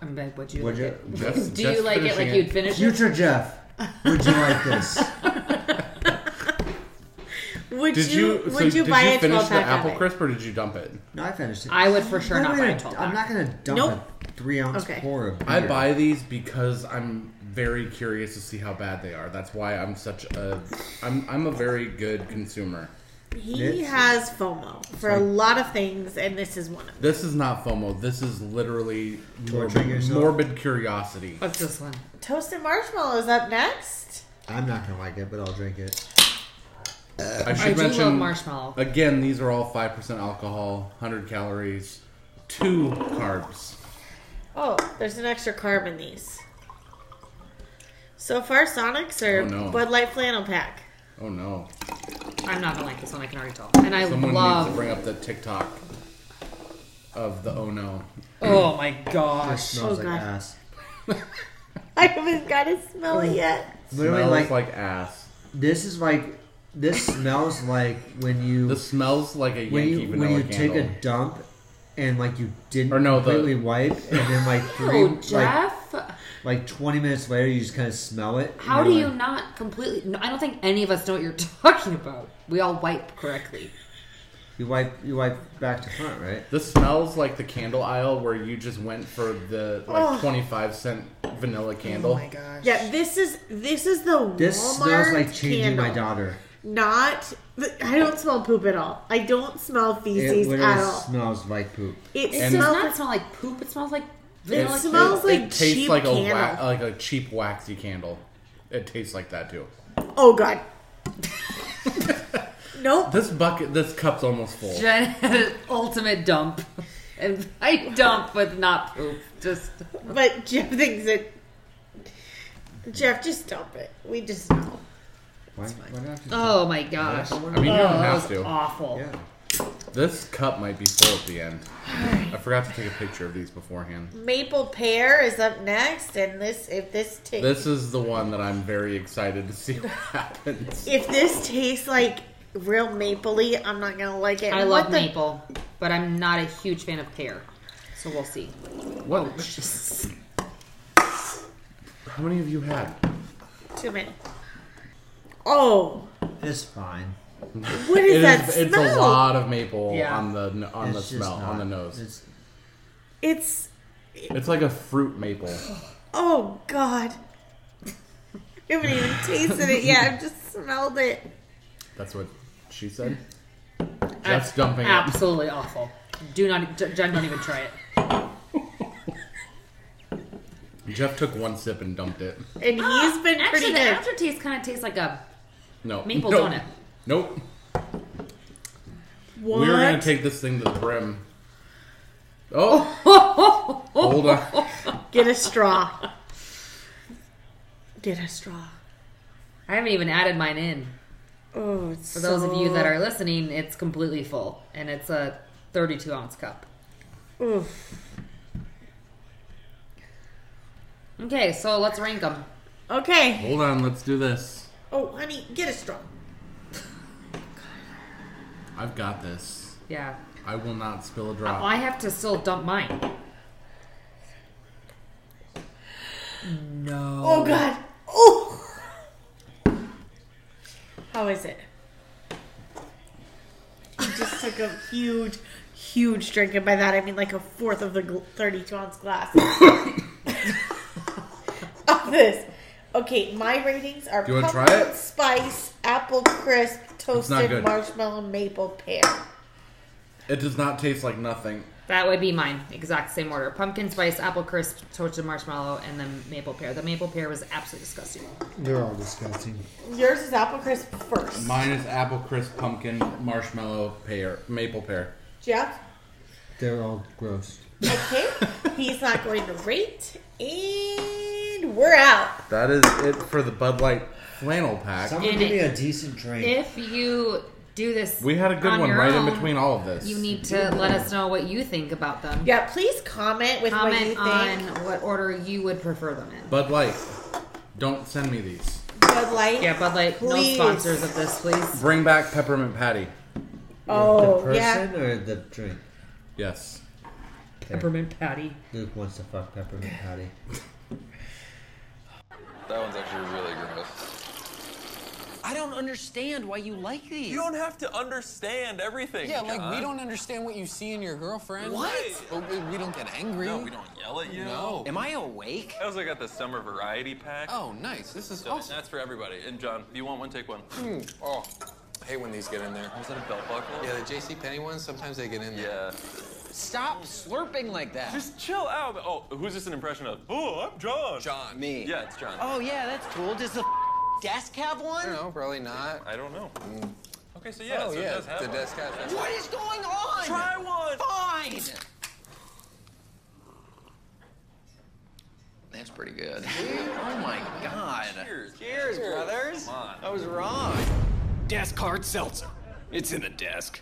[SPEAKER 5] I'm like, would you
[SPEAKER 4] Would
[SPEAKER 5] like
[SPEAKER 4] you?
[SPEAKER 5] it?
[SPEAKER 2] Jeff's-
[SPEAKER 5] Do
[SPEAKER 2] Jeff's
[SPEAKER 5] you like it like
[SPEAKER 2] finishing
[SPEAKER 5] you'd finish it?
[SPEAKER 4] Future Jeff, would you like this?
[SPEAKER 3] Would
[SPEAKER 2] Did
[SPEAKER 3] you,
[SPEAKER 2] you, so
[SPEAKER 3] would you
[SPEAKER 2] did
[SPEAKER 3] buy
[SPEAKER 2] you
[SPEAKER 3] a
[SPEAKER 2] finish
[SPEAKER 3] 12
[SPEAKER 2] the
[SPEAKER 3] pack
[SPEAKER 2] apple
[SPEAKER 3] of it?
[SPEAKER 2] crisp or did you dump it?
[SPEAKER 4] No, I finished it.
[SPEAKER 5] I would for sure
[SPEAKER 4] I'm
[SPEAKER 5] not
[SPEAKER 4] gonna-
[SPEAKER 5] buy a 12
[SPEAKER 4] I'm not gonna dump
[SPEAKER 3] Nope.
[SPEAKER 4] a three ounce
[SPEAKER 3] Okay.
[SPEAKER 4] pour of beer.
[SPEAKER 2] I buy these because I'm very curious to see how bad they are. That's why I'm such a I'm I'm a very good consumer.
[SPEAKER 3] He
[SPEAKER 4] It's-
[SPEAKER 3] has FOMO for a lot of things, and this is one of them.
[SPEAKER 2] This is not FOMO. This is literally
[SPEAKER 4] Torturing
[SPEAKER 2] morbid,
[SPEAKER 4] yourself.
[SPEAKER 2] morbid curiosity.
[SPEAKER 5] What's this one?
[SPEAKER 3] Toasted marshmallows up next.
[SPEAKER 4] I'm not gonna like it, but I'll drink it.
[SPEAKER 2] I should
[SPEAKER 5] I do love
[SPEAKER 2] mention
[SPEAKER 5] marshmallow.
[SPEAKER 2] again. These are all five percent alcohol, hundred calories, two carbs.
[SPEAKER 3] Oh, there's an extra carb in these. So far, Sonics are
[SPEAKER 2] Oh, no.
[SPEAKER 3] Bud Light flannel pack.
[SPEAKER 2] Oh no!
[SPEAKER 5] I'm not gonna like this one. I can already tell. And I
[SPEAKER 2] Someone needs to
[SPEAKER 5] love.
[SPEAKER 2] bring up the TikTok of the oh no.
[SPEAKER 5] Oh my
[SPEAKER 4] It
[SPEAKER 5] gosh.
[SPEAKER 4] smells
[SPEAKER 3] oh
[SPEAKER 4] like
[SPEAKER 3] God.
[SPEAKER 4] ass.
[SPEAKER 3] I haven't got to smell it yet.
[SPEAKER 4] Literally,
[SPEAKER 2] smells
[SPEAKER 4] like,
[SPEAKER 2] like, ass.
[SPEAKER 4] this is like this smells like when you
[SPEAKER 2] This smells like a
[SPEAKER 4] when
[SPEAKER 2] Yankee
[SPEAKER 4] you when
[SPEAKER 2] vanilla
[SPEAKER 4] you
[SPEAKER 2] candle.
[SPEAKER 4] take a dump and like you didn't
[SPEAKER 2] Or no, the-
[SPEAKER 4] completely wipe and then like three
[SPEAKER 5] Oh,
[SPEAKER 4] like,
[SPEAKER 5] Jeff,
[SPEAKER 4] like 20 minutes later you just kind of smell it and
[SPEAKER 5] how do
[SPEAKER 4] you're
[SPEAKER 5] you
[SPEAKER 4] like,
[SPEAKER 5] not completely? No, I don't think any of us know what you're talking about. We all wipe correctly.
[SPEAKER 4] you wipe you wipe back to front right
[SPEAKER 2] This smells like the candle aisle where you just went for the like
[SPEAKER 3] Ugh.
[SPEAKER 2] 25 cent
[SPEAKER 5] Oh
[SPEAKER 2] vanilla candle.
[SPEAKER 5] gosh.
[SPEAKER 3] Yeah, this is this is the
[SPEAKER 4] this
[SPEAKER 3] Walmart
[SPEAKER 4] smells like changing
[SPEAKER 3] candle.
[SPEAKER 4] my daughter
[SPEAKER 3] Not, I don't smell poop at all. I don't smell
[SPEAKER 4] it
[SPEAKER 3] feces
[SPEAKER 4] literally
[SPEAKER 3] at
[SPEAKER 5] "Oh."
[SPEAKER 3] all.
[SPEAKER 4] smells like poop
[SPEAKER 3] It
[SPEAKER 5] It does not
[SPEAKER 3] smells.
[SPEAKER 5] smell like poop. It smells like
[SPEAKER 3] It
[SPEAKER 5] vanilla.
[SPEAKER 3] smells
[SPEAKER 2] it
[SPEAKER 3] like
[SPEAKER 2] tastes
[SPEAKER 3] cheap
[SPEAKER 2] like a
[SPEAKER 3] candle.
[SPEAKER 2] wa- like a cheap waxy candle. It tastes like that too.
[SPEAKER 3] Oh god. nope.
[SPEAKER 2] This bucket, this cup's almost full.
[SPEAKER 5] Jen had an ultimate dump. And I dump with not poop. Just
[SPEAKER 3] But Jim thinks it. Jeff, just stop it. We just know.
[SPEAKER 4] Why, why not just
[SPEAKER 5] Oh my gosh.
[SPEAKER 4] I wonder-
[SPEAKER 2] I mean, you
[SPEAKER 5] Oh,
[SPEAKER 2] don't
[SPEAKER 5] that
[SPEAKER 2] have
[SPEAKER 5] was
[SPEAKER 2] to.
[SPEAKER 5] awful.
[SPEAKER 4] yeah.
[SPEAKER 2] This cup might be full at the end. I forgot to take a picture of these beforehand.
[SPEAKER 3] Maple pear is up next, and this if this tastes
[SPEAKER 2] This is the one that I'm very excited to see what happens.
[SPEAKER 3] if this tastes like real mapley, I'm not gonna like it.
[SPEAKER 5] I
[SPEAKER 3] What
[SPEAKER 5] love
[SPEAKER 3] the-
[SPEAKER 5] maple, but I'm not a huge fan of pear. So we'll see.
[SPEAKER 2] What? How many have you had?
[SPEAKER 3] Too many. Oh,
[SPEAKER 4] It's fine.
[SPEAKER 3] what is
[SPEAKER 2] It
[SPEAKER 3] that
[SPEAKER 2] is,
[SPEAKER 3] smell?
[SPEAKER 2] it's a lot of maple
[SPEAKER 5] Yeah.
[SPEAKER 2] on the on
[SPEAKER 4] it's
[SPEAKER 2] the
[SPEAKER 4] just
[SPEAKER 2] smell
[SPEAKER 4] not-
[SPEAKER 2] on the nose. It's,
[SPEAKER 4] It's,
[SPEAKER 3] It's
[SPEAKER 2] like a fruit maple.
[SPEAKER 3] oh god. I haven't even tasted it yet. I've just smelled it.
[SPEAKER 2] That's what she said. Jeff's dumping it.
[SPEAKER 5] Absolutely awful. Do not, J- Jen, don't even try it.
[SPEAKER 2] Jeff took one sip and dumped it.
[SPEAKER 3] And he's been
[SPEAKER 5] Ah, Actually,
[SPEAKER 3] pretty
[SPEAKER 5] the
[SPEAKER 3] good.
[SPEAKER 5] aftertaste kind of tastes like a.
[SPEAKER 2] No
[SPEAKER 5] Maple
[SPEAKER 2] nope.
[SPEAKER 5] donut.
[SPEAKER 2] Nope.
[SPEAKER 3] what?
[SPEAKER 2] We were gonna take this thing to the brim. Oh, hold on.
[SPEAKER 3] Get a straw. Get a straw.
[SPEAKER 5] I haven't even added mine in.
[SPEAKER 3] Oh, it's
[SPEAKER 5] For those of you that are listening, it's completely full, and it's a 32 ounce cup.
[SPEAKER 3] Oof.
[SPEAKER 5] Okay, so let's rank them.
[SPEAKER 3] Okay.
[SPEAKER 2] Hold on. Let's do this.
[SPEAKER 3] Oh, honey, get a straw.
[SPEAKER 2] I've got this.
[SPEAKER 5] Yeah.
[SPEAKER 2] I will not spill a
[SPEAKER 5] Well,
[SPEAKER 2] drop.
[SPEAKER 5] I have to still dump mine. No.
[SPEAKER 3] Oh god. Oh. How is it? I just took a huge, huge drink, and by that I mean like a fourth of the gl- thirty-two ounce glass of this. Okay, my ratings are
[SPEAKER 2] You wanna try
[SPEAKER 3] pumpkin
[SPEAKER 2] it?
[SPEAKER 3] spice, apple crisp, toasted
[SPEAKER 2] good.
[SPEAKER 3] marshmallow, maple pear.
[SPEAKER 2] It does not taste like nothing.
[SPEAKER 5] That would be mine. Exact same order. Pumpkin spice, apple crisp, toasted marshmallow, and then maple pear. The maple pear was absolutely disgusting.
[SPEAKER 4] they're all disgusting.
[SPEAKER 3] Yours is apple crisp first.
[SPEAKER 2] Mine is apple crisp pumpkin marshmallow pear maple pear.
[SPEAKER 3] Jeff,
[SPEAKER 4] They're all gross.
[SPEAKER 3] okay, he's not going to rate, and we're out.
[SPEAKER 2] That is it for the Bud Light flannel pack.
[SPEAKER 4] Someone
[SPEAKER 5] And
[SPEAKER 4] give
[SPEAKER 5] it-
[SPEAKER 4] me a decent drink.
[SPEAKER 5] If you do this,
[SPEAKER 2] we had a good
[SPEAKER 5] on
[SPEAKER 2] one
[SPEAKER 5] your
[SPEAKER 2] right
[SPEAKER 5] own,
[SPEAKER 2] in between all of this.
[SPEAKER 5] You need to let us know what you think about them.
[SPEAKER 3] Yeah, please comment with
[SPEAKER 5] Comment
[SPEAKER 3] what you
[SPEAKER 5] on
[SPEAKER 3] think.
[SPEAKER 5] what order you would prefer them in.
[SPEAKER 2] Bud Light. Don't send me these.
[SPEAKER 3] Bud Light.
[SPEAKER 5] Yeah, Bud Light,
[SPEAKER 3] Please.
[SPEAKER 5] no sponsors of this, please.
[SPEAKER 2] Bring back peppermint patty.
[SPEAKER 4] the
[SPEAKER 3] Oh,
[SPEAKER 4] person
[SPEAKER 3] yeah.
[SPEAKER 4] or the drink?
[SPEAKER 2] Yes.
[SPEAKER 5] Peppermint patty.
[SPEAKER 4] Luke wants to fuck peppermint patty.
[SPEAKER 7] That one's actually really gross.
[SPEAKER 6] I don't understand why you like these.
[SPEAKER 7] You don't have to understand everything.
[SPEAKER 1] Yeah, like we
[SPEAKER 7] John.
[SPEAKER 1] don't understand what you see in your girlfriend.
[SPEAKER 6] What?
[SPEAKER 1] But we, we don't get angry.
[SPEAKER 7] No, we don't yell at you.
[SPEAKER 1] No.
[SPEAKER 6] Am I awake?
[SPEAKER 7] I also got the summer variety pack.
[SPEAKER 1] Oh, nice. This is
[SPEAKER 7] So
[SPEAKER 1] awesome.
[SPEAKER 7] That's for everybody. And John, if you want one, take one.
[SPEAKER 6] Hmm.
[SPEAKER 1] Oh, I hate when these get in there.
[SPEAKER 7] Was that a belt buckle?
[SPEAKER 1] Yeah, the JC Penney ones. Sometimes they get in there.
[SPEAKER 7] Yeah.
[SPEAKER 6] Stop slurping like that.
[SPEAKER 7] Just chill out. Oh, who's this an impression of? Oh, I'm John.
[SPEAKER 1] John.
[SPEAKER 6] me.
[SPEAKER 7] Yeah, it's John.
[SPEAKER 6] Oh yeah, that's cool. Does the desk have
[SPEAKER 1] I
[SPEAKER 6] one?
[SPEAKER 1] don't know. Probably not.
[SPEAKER 7] I don't know. Okay, so yeah,
[SPEAKER 1] oh
[SPEAKER 7] so
[SPEAKER 1] yeah,
[SPEAKER 7] it does have
[SPEAKER 1] Hmm. the
[SPEAKER 7] one.
[SPEAKER 1] desk has that.
[SPEAKER 6] What is going on?
[SPEAKER 7] Try one.
[SPEAKER 6] Fine. That's pretty good. oh my god.
[SPEAKER 7] Cheers.
[SPEAKER 6] Cheers, brothers.
[SPEAKER 7] Come on.
[SPEAKER 6] I was wrong. Desk hard seltzer. It's in the desk.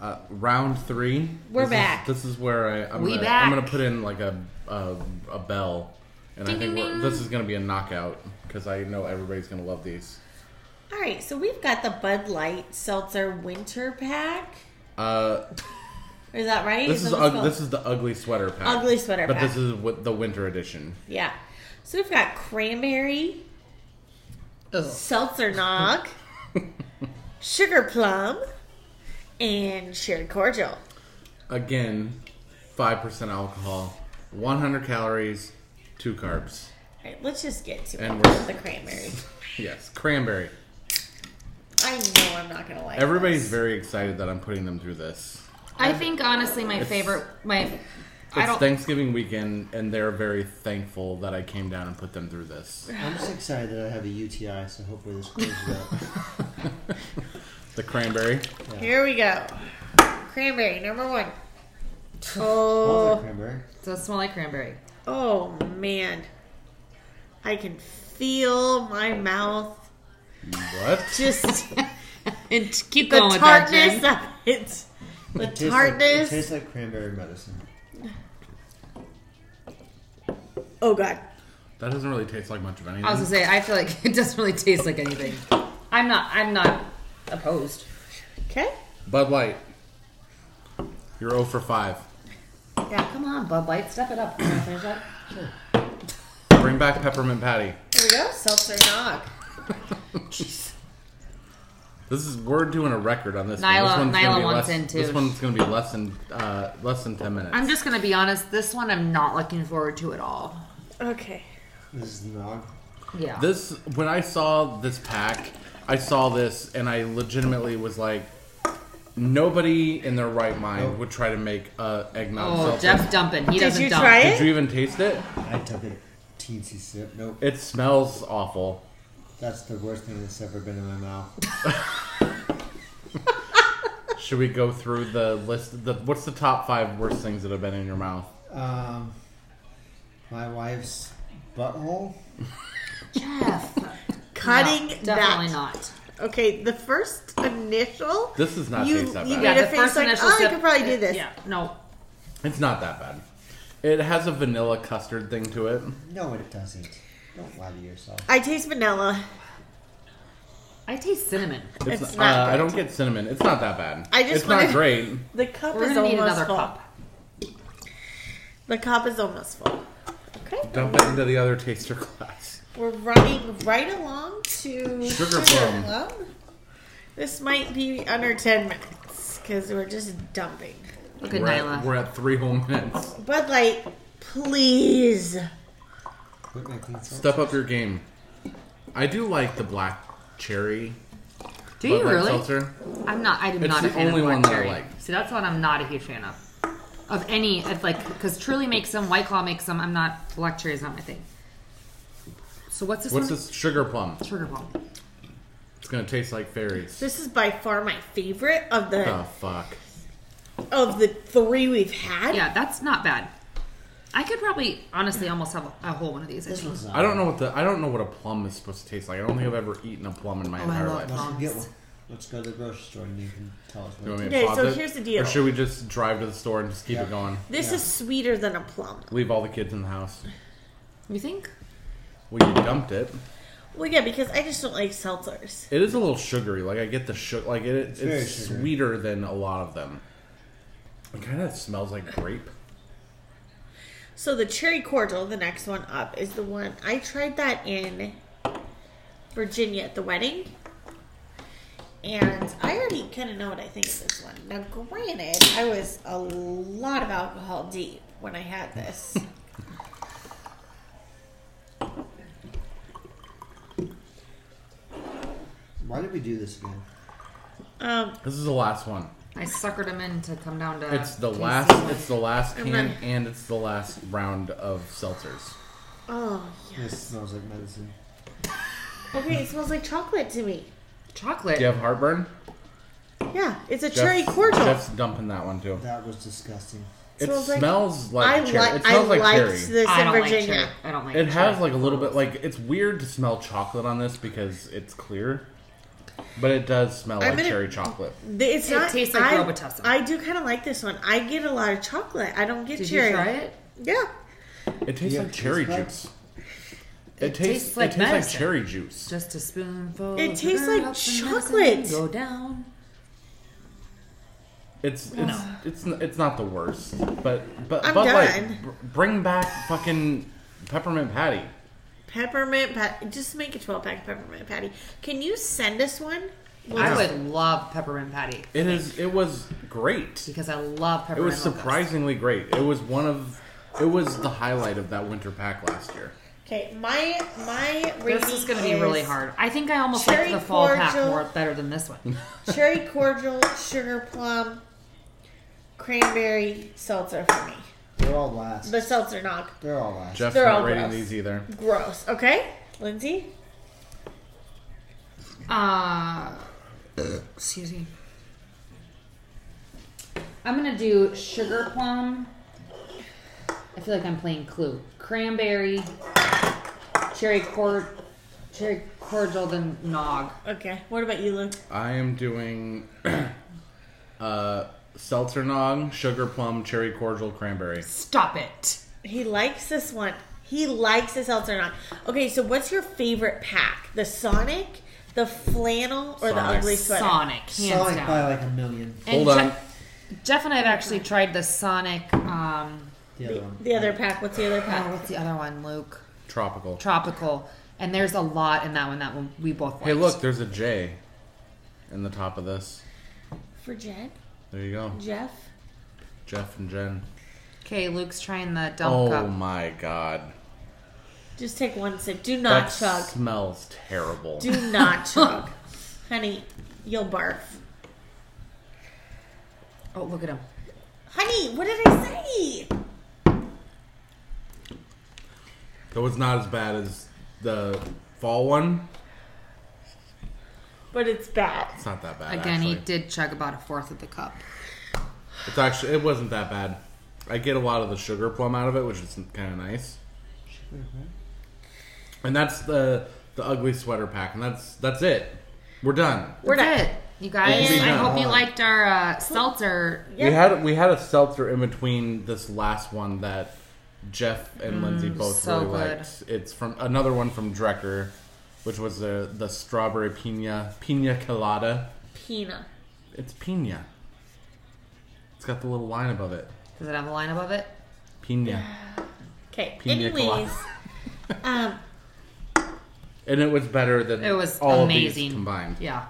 [SPEAKER 2] Uh, round three.
[SPEAKER 3] We're
[SPEAKER 2] This is-
[SPEAKER 3] back.
[SPEAKER 2] this is where I, I'm,
[SPEAKER 5] We
[SPEAKER 2] gonna,
[SPEAKER 5] back.
[SPEAKER 2] I'm gonna put in like a a, a bell, and I
[SPEAKER 5] Ding,
[SPEAKER 2] think
[SPEAKER 5] ding,
[SPEAKER 2] we're,
[SPEAKER 5] ding.
[SPEAKER 2] this is gonna be a knockout because I know everybody's gonna love these.
[SPEAKER 3] All right, so we've got the Bud Light Seltzer Winter Pack.
[SPEAKER 2] Uh,
[SPEAKER 3] Is that right?
[SPEAKER 2] this is
[SPEAKER 3] that what it's
[SPEAKER 2] ug-
[SPEAKER 3] called?
[SPEAKER 2] this is the ugly sweater pack.
[SPEAKER 3] Ugly sweater
[SPEAKER 2] but
[SPEAKER 3] pack.
[SPEAKER 2] this is wi- the winter edition.
[SPEAKER 3] Yeah. So we've got cranberry,
[SPEAKER 5] Ugh.
[SPEAKER 3] seltzer nog, sugar plum, and sherry cordial.
[SPEAKER 2] Again, five percent alcohol, 100 calories, two carbs.
[SPEAKER 3] All right, let's just get to
[SPEAKER 2] And
[SPEAKER 3] it.
[SPEAKER 2] we're-
[SPEAKER 3] The cranberry.
[SPEAKER 2] Yes, cranberry.
[SPEAKER 3] I know I'm not gonna like.
[SPEAKER 2] Everybody's
[SPEAKER 3] this.
[SPEAKER 2] very excited that I'm putting them through this.
[SPEAKER 5] I think honestly, my favorite, my I
[SPEAKER 2] It's
[SPEAKER 5] don't.
[SPEAKER 2] Thanksgiving weekend, and they're very thankful that I came down and put them through this.
[SPEAKER 4] I'm just excited that I have a UTI, so hopefully this clears it up.
[SPEAKER 2] The cranberry.
[SPEAKER 3] Here we go. Cranberry number one. Oh,
[SPEAKER 4] Well, cranberry.
[SPEAKER 5] does smell like cranberry.
[SPEAKER 3] oh man. I can feel my mouth
[SPEAKER 2] What?
[SPEAKER 3] just
[SPEAKER 5] And keep
[SPEAKER 3] the
[SPEAKER 5] going with that,
[SPEAKER 3] tartness
[SPEAKER 5] Jen.
[SPEAKER 3] of it. The
[SPEAKER 4] It tastes like, it
[SPEAKER 3] tartness.
[SPEAKER 4] tastes like cranberry medicine.
[SPEAKER 3] oh god.
[SPEAKER 2] That doesn't really taste like much of anything.
[SPEAKER 5] I was gonna say, I feel like it doesn't really taste like anything. I'm not. I'm not opposed.
[SPEAKER 3] Okay.
[SPEAKER 2] Bud Light. You're 0 for 5.
[SPEAKER 5] Yeah, come on, Bud Light, step it up. Can I finish that?
[SPEAKER 2] Bring back peppermint patty.
[SPEAKER 3] Here we go. Seltzer nog.
[SPEAKER 2] This is we're doing a record on this.
[SPEAKER 5] Nyla-
[SPEAKER 2] one. This one's gonna
[SPEAKER 5] Nyla
[SPEAKER 2] be
[SPEAKER 5] wants
[SPEAKER 2] less,
[SPEAKER 5] in, too.
[SPEAKER 2] This one's going to be less than uh, less than 10 minutes.
[SPEAKER 5] I'm just gonna be honest. This one, I'm not looking forward to at all.
[SPEAKER 3] Okay.
[SPEAKER 4] This is nog.
[SPEAKER 5] Yeah.
[SPEAKER 2] This when I saw this pack, I saw this and I legitimately was like, nobody in their right mind would try to make a eggnog
[SPEAKER 5] oh,
[SPEAKER 2] seltzer.
[SPEAKER 5] Jeff's dumping. He
[SPEAKER 3] Did
[SPEAKER 5] doesn't
[SPEAKER 3] you
[SPEAKER 5] dump.
[SPEAKER 3] try
[SPEAKER 2] Did
[SPEAKER 3] it?
[SPEAKER 2] you even taste it?
[SPEAKER 4] I took a teensy sip. Nope.
[SPEAKER 2] It smells awful.
[SPEAKER 4] That's the worst thing that's ever been in my mouth.
[SPEAKER 2] Should we go through the list? The what's the top five worst things that have been in your mouth?
[SPEAKER 4] Um, my wife's butthole.
[SPEAKER 5] Jeff.
[SPEAKER 3] Cutting
[SPEAKER 5] No,
[SPEAKER 3] that.
[SPEAKER 5] definitely not.
[SPEAKER 3] Okay, the first initial.
[SPEAKER 2] This does not
[SPEAKER 3] you,
[SPEAKER 2] taste that
[SPEAKER 3] You
[SPEAKER 2] bad.
[SPEAKER 3] made
[SPEAKER 5] Yeah,
[SPEAKER 3] a
[SPEAKER 5] the
[SPEAKER 3] face
[SPEAKER 5] first
[SPEAKER 3] like,
[SPEAKER 5] initial
[SPEAKER 3] oh, I
[SPEAKER 5] sip-
[SPEAKER 3] could probably do this.
[SPEAKER 5] Yeah. No.
[SPEAKER 2] It's not that bad. It has a vanilla custard thing to it.
[SPEAKER 4] No, it doesn't. Don't lie to yourself.
[SPEAKER 3] I taste vanilla.
[SPEAKER 5] I taste cinnamon.
[SPEAKER 2] It's,
[SPEAKER 3] It's not
[SPEAKER 2] uh, I
[SPEAKER 3] good.
[SPEAKER 2] don't get cinnamon. It's not that bad.
[SPEAKER 3] I just
[SPEAKER 2] it's not
[SPEAKER 3] wanted-
[SPEAKER 2] great.
[SPEAKER 3] The cup
[SPEAKER 5] We're
[SPEAKER 3] is
[SPEAKER 5] gonna
[SPEAKER 3] almost
[SPEAKER 5] need another
[SPEAKER 3] full.
[SPEAKER 5] cup.
[SPEAKER 3] The cup is almost full. Okay.
[SPEAKER 2] Dump it into the other taster glass.
[SPEAKER 3] We're running right along to
[SPEAKER 2] Sugar plum.
[SPEAKER 3] This might be under 10 minutes because we're just dumping.
[SPEAKER 5] Look at
[SPEAKER 2] we're,
[SPEAKER 5] Nyla.
[SPEAKER 2] at, we're at three whole minutes.
[SPEAKER 3] Bud Light, please.
[SPEAKER 4] Quit making seltzer.
[SPEAKER 2] Step up your game. I do like the black cherry. Bud
[SPEAKER 5] Do you
[SPEAKER 2] Light
[SPEAKER 5] really?
[SPEAKER 2] Seltzer.
[SPEAKER 5] I'm not. I'm
[SPEAKER 2] It's
[SPEAKER 5] not
[SPEAKER 2] the
[SPEAKER 5] a fan
[SPEAKER 2] only
[SPEAKER 5] of black
[SPEAKER 2] one that I
[SPEAKER 5] cherry.
[SPEAKER 2] like.
[SPEAKER 5] See, that's what I'm not a huge fan of. Of any, of like, because Truly makes them, White Claw makes them. I'm not. Black cherry is not my thing. So what's this
[SPEAKER 2] What's
[SPEAKER 5] one?
[SPEAKER 2] this sugar plum?
[SPEAKER 5] Sugar plum.
[SPEAKER 2] It's gonna taste like fairies.
[SPEAKER 3] This is by far my favorite of the
[SPEAKER 2] Oh fuck.
[SPEAKER 3] of the three we've had.
[SPEAKER 5] Yeah, that's not bad. I could probably, honestly, almost have a whole one of these. I
[SPEAKER 4] This
[SPEAKER 5] think.
[SPEAKER 4] one's not.
[SPEAKER 2] I don't know what the I don't know what a plum is supposed to taste like. I don't think I've ever eaten a plum in my
[SPEAKER 5] Oh, I
[SPEAKER 2] entire life.
[SPEAKER 5] love plum.
[SPEAKER 4] Let's go get one. Let's go to the grocery store and you can tell us
[SPEAKER 2] Do you want
[SPEAKER 4] what. it
[SPEAKER 2] me to
[SPEAKER 3] Okay,
[SPEAKER 2] pop
[SPEAKER 3] so
[SPEAKER 2] it?
[SPEAKER 3] here's the deal.
[SPEAKER 2] Or should we just drive to the store and just keep
[SPEAKER 4] Yeah.
[SPEAKER 2] it going?
[SPEAKER 3] This
[SPEAKER 4] Yeah.
[SPEAKER 3] is sweeter than a plum.
[SPEAKER 2] Leave all the kids in the house.
[SPEAKER 5] You think?
[SPEAKER 2] Well, you dumped it.
[SPEAKER 3] Well, yeah, because I just don't like seltzers.
[SPEAKER 2] It is a little sugary. Like I get the sugar. Like it, it's,
[SPEAKER 4] very sugary.
[SPEAKER 2] sweeter than a lot of them. It kind of smells like grape.
[SPEAKER 3] So the cherry cordial, the next one up, is the one I tried that in Virginia at the wedding. And I already kind of know what I think of this one. Now, granted, I was a lot of alcohol deep when I had this.
[SPEAKER 4] Why did we do this again?
[SPEAKER 3] um,
[SPEAKER 2] This is the last one.
[SPEAKER 5] I suckered him in to come down to.
[SPEAKER 2] It's the
[SPEAKER 5] to
[SPEAKER 2] last.
[SPEAKER 5] see-
[SPEAKER 2] It's the last
[SPEAKER 3] I'm
[SPEAKER 2] can,
[SPEAKER 3] ready.
[SPEAKER 2] and it's the last round of seltzers.
[SPEAKER 3] oh,
[SPEAKER 4] This smells like medicine.
[SPEAKER 3] okay, it smells like chocolate to me.
[SPEAKER 5] chocolate.
[SPEAKER 2] Do you have heartburn?
[SPEAKER 3] Yeah, it's a
[SPEAKER 2] Jeff-
[SPEAKER 3] cherry cordial.
[SPEAKER 2] Jeff's dumping that one too.
[SPEAKER 4] That was disgusting.
[SPEAKER 2] It
[SPEAKER 3] smells like-
[SPEAKER 2] smells like,
[SPEAKER 3] I
[SPEAKER 2] cherry.
[SPEAKER 3] like.
[SPEAKER 2] it
[SPEAKER 3] I
[SPEAKER 2] smells like
[SPEAKER 3] liked
[SPEAKER 2] cherry.
[SPEAKER 3] this
[SPEAKER 5] I
[SPEAKER 3] in
[SPEAKER 5] don't like
[SPEAKER 3] Virginia.
[SPEAKER 5] cherry. I don't like.
[SPEAKER 2] it has
[SPEAKER 5] cherry.
[SPEAKER 2] like a little bit like it's weird to smell chocolate on this because it's clear, but it does smell
[SPEAKER 3] I'm
[SPEAKER 2] like
[SPEAKER 3] gonna-
[SPEAKER 2] cherry chocolate.
[SPEAKER 3] Th- It's
[SPEAKER 5] It
[SPEAKER 3] not.
[SPEAKER 5] tastes like
[SPEAKER 3] I,
[SPEAKER 5] Robitussin.
[SPEAKER 3] I do kind of like this one. I get a lot of chocolate. I don't get
[SPEAKER 5] Did
[SPEAKER 3] cherry.
[SPEAKER 5] you try it?
[SPEAKER 3] Yeah.
[SPEAKER 2] It tastes
[SPEAKER 4] Yeah,
[SPEAKER 2] like cherry
[SPEAKER 4] it's like-
[SPEAKER 2] juice. It
[SPEAKER 5] tastes
[SPEAKER 2] tastes. It
[SPEAKER 5] like
[SPEAKER 2] tastes like
[SPEAKER 5] medicine.
[SPEAKER 2] cherry juice.
[SPEAKER 5] Just a spoonful.
[SPEAKER 3] It
[SPEAKER 5] of
[SPEAKER 3] tastes like
[SPEAKER 5] drops of
[SPEAKER 3] chocolate.
[SPEAKER 5] medicine Go down.
[SPEAKER 2] It's it's it's n- it's not the worst, but but
[SPEAKER 3] I'm
[SPEAKER 2] but
[SPEAKER 3] done.
[SPEAKER 2] like br- bring back fucking peppermint patty.
[SPEAKER 3] Peppermint pat. Just make a twelve pack of peppermint patty. Can you send us one? We'll
[SPEAKER 5] I
[SPEAKER 3] just-
[SPEAKER 5] would love peppermint patty
[SPEAKER 2] It is. It was great.
[SPEAKER 5] because I love
[SPEAKER 2] It
[SPEAKER 5] peppermint.
[SPEAKER 2] was
[SPEAKER 5] locusts.
[SPEAKER 2] surprisingly great. It was one of. It was the highlight of that winter pack last year.
[SPEAKER 3] Okay. My my rating
[SPEAKER 5] This is going to be really
[SPEAKER 3] is
[SPEAKER 5] hard. I think I almost
[SPEAKER 3] Cherry
[SPEAKER 5] like the fall pack
[SPEAKER 3] cordial.
[SPEAKER 5] more better than this one.
[SPEAKER 3] Cherry cordial, sugar plum, cranberry seltzer for me.
[SPEAKER 4] They're all last.
[SPEAKER 3] The seltzer nog.
[SPEAKER 4] They're all last.
[SPEAKER 2] Jeff's
[SPEAKER 3] They're
[SPEAKER 2] not
[SPEAKER 3] all
[SPEAKER 2] rating
[SPEAKER 3] gross.
[SPEAKER 2] these either.
[SPEAKER 3] Gross. Okay, Lindsay.
[SPEAKER 5] Uh, excuse me. I'm gonna do sugar plum. I feel like I'm playing Clue. Cranberry, cherry cord, cherry cordial, then nog.
[SPEAKER 3] Okay. What about you, Luke?
[SPEAKER 2] I am doing uh, seltzer nog, sugar plum, cherry cordial, cranberry.
[SPEAKER 5] Stop it.
[SPEAKER 3] He likes this one. He likes the seltzer nog. Okay, so what's your favorite pack? The Sonic, the flannel, or the
[SPEAKER 2] Sonic.
[SPEAKER 3] ugly sweater?
[SPEAKER 5] Sonic, hands
[SPEAKER 4] Sonic
[SPEAKER 5] down.
[SPEAKER 4] by like a million.
[SPEAKER 5] And
[SPEAKER 2] Hold on.
[SPEAKER 5] Je- Jeff and I have actually tried the Sonic. Um,
[SPEAKER 4] The other one.
[SPEAKER 3] The other pack. What's the other
[SPEAKER 5] oh,
[SPEAKER 3] pack?
[SPEAKER 5] what's the other one, Luke?
[SPEAKER 2] Tropical.
[SPEAKER 5] Tropical. And there's a lot in that one. That one we both. Liked.
[SPEAKER 2] hey, look, there's a J in the top of this.
[SPEAKER 3] For Jen,
[SPEAKER 2] There you go.
[SPEAKER 3] Jeff.
[SPEAKER 2] Jeff and Jen.
[SPEAKER 5] Okay, Luke's trying the dump
[SPEAKER 2] Oh
[SPEAKER 5] cup.
[SPEAKER 2] my god.
[SPEAKER 3] Just take one sip. Do
[SPEAKER 2] That
[SPEAKER 3] not chug.
[SPEAKER 2] smells terrible.
[SPEAKER 3] Do not chug, honey. You'll barf.
[SPEAKER 5] Oh, look at him.
[SPEAKER 3] Honey, what did I say?
[SPEAKER 2] Though it's not as bad as the fall one.
[SPEAKER 3] But it's bad.
[SPEAKER 2] It's not that bad.
[SPEAKER 5] Again,
[SPEAKER 2] actually.
[SPEAKER 5] he did chug about a fourth of the cup.
[SPEAKER 2] It's actually it wasn't that bad. I get a lot of the sugar plum out of it, which is kind of nice.
[SPEAKER 5] Mm-hmm.
[SPEAKER 2] And that's the the ugly sweater pack, and that's that's it. We're done.
[SPEAKER 3] We're
[SPEAKER 5] That's
[SPEAKER 3] done.
[SPEAKER 5] it, you guys.
[SPEAKER 2] We'll be
[SPEAKER 5] I
[SPEAKER 2] done.
[SPEAKER 5] hope you liked our uh, seltzer.
[SPEAKER 2] We
[SPEAKER 3] Yep.
[SPEAKER 2] had we had a seltzer in between this last one that Jeff and Lindsay both
[SPEAKER 5] Mm, so
[SPEAKER 2] really
[SPEAKER 5] good.
[SPEAKER 2] liked. It's from another one from Drecker, which was the the strawberry pina pina colada.
[SPEAKER 3] Pina.
[SPEAKER 2] It's pina. It's got the little line above it.
[SPEAKER 5] Does it have a line above it?
[SPEAKER 2] Pina.
[SPEAKER 3] Okay.
[SPEAKER 2] Pina
[SPEAKER 3] Anyways, um,
[SPEAKER 2] And it was better than
[SPEAKER 5] It was
[SPEAKER 2] all
[SPEAKER 5] amazing.
[SPEAKER 2] of these combined.
[SPEAKER 5] Yeah.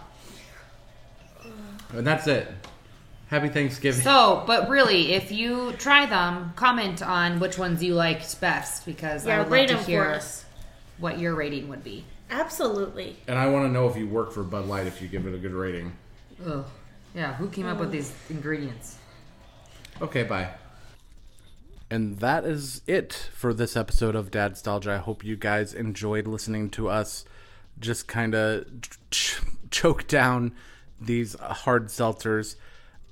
[SPEAKER 2] And that's it. Happy Thanksgiving.
[SPEAKER 5] So, but really, if you try them, comment on which ones you liked best because I
[SPEAKER 3] yeah,
[SPEAKER 5] would
[SPEAKER 3] rate
[SPEAKER 5] like
[SPEAKER 3] them
[SPEAKER 5] to
[SPEAKER 3] for
[SPEAKER 5] hear
[SPEAKER 3] us.
[SPEAKER 5] what your rating would be.
[SPEAKER 3] Absolutely.
[SPEAKER 2] and I want to know if you work for Bud Light if you give it a good rating.
[SPEAKER 5] Ugh. Yeah. Who came up
[SPEAKER 3] Mm.
[SPEAKER 5] with these ingredients?
[SPEAKER 2] Okay, bye. And that is it for this episode of Dadstalgia. I hope you guys enjoyed listening to us just kind of ch- choke down these hard seltzers.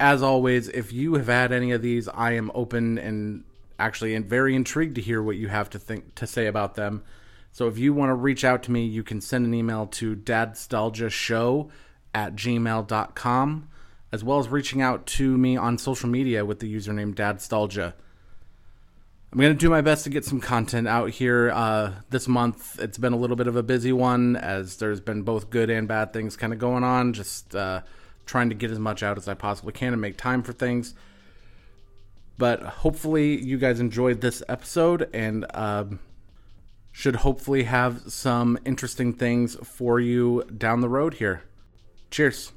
[SPEAKER 2] As always, if you have had any of these, I am open and actually and very intrigued to hear what you have to think to say about them. So if you want to reach out to me, you can send an email to dadstalgiashow at gmail.com, as well as reaching out to me on social media with the username dadstalgia. I'm going to do my best to get some content out here uh, this month. It's been a little bit of a busy one as there's been both good and bad things kind of going on. Just uh, trying to get as much out as I possibly can and make time for things. But hopefully, you guys enjoyed this episode and um, should hopefully have some interesting things for you down the road here. Cheers.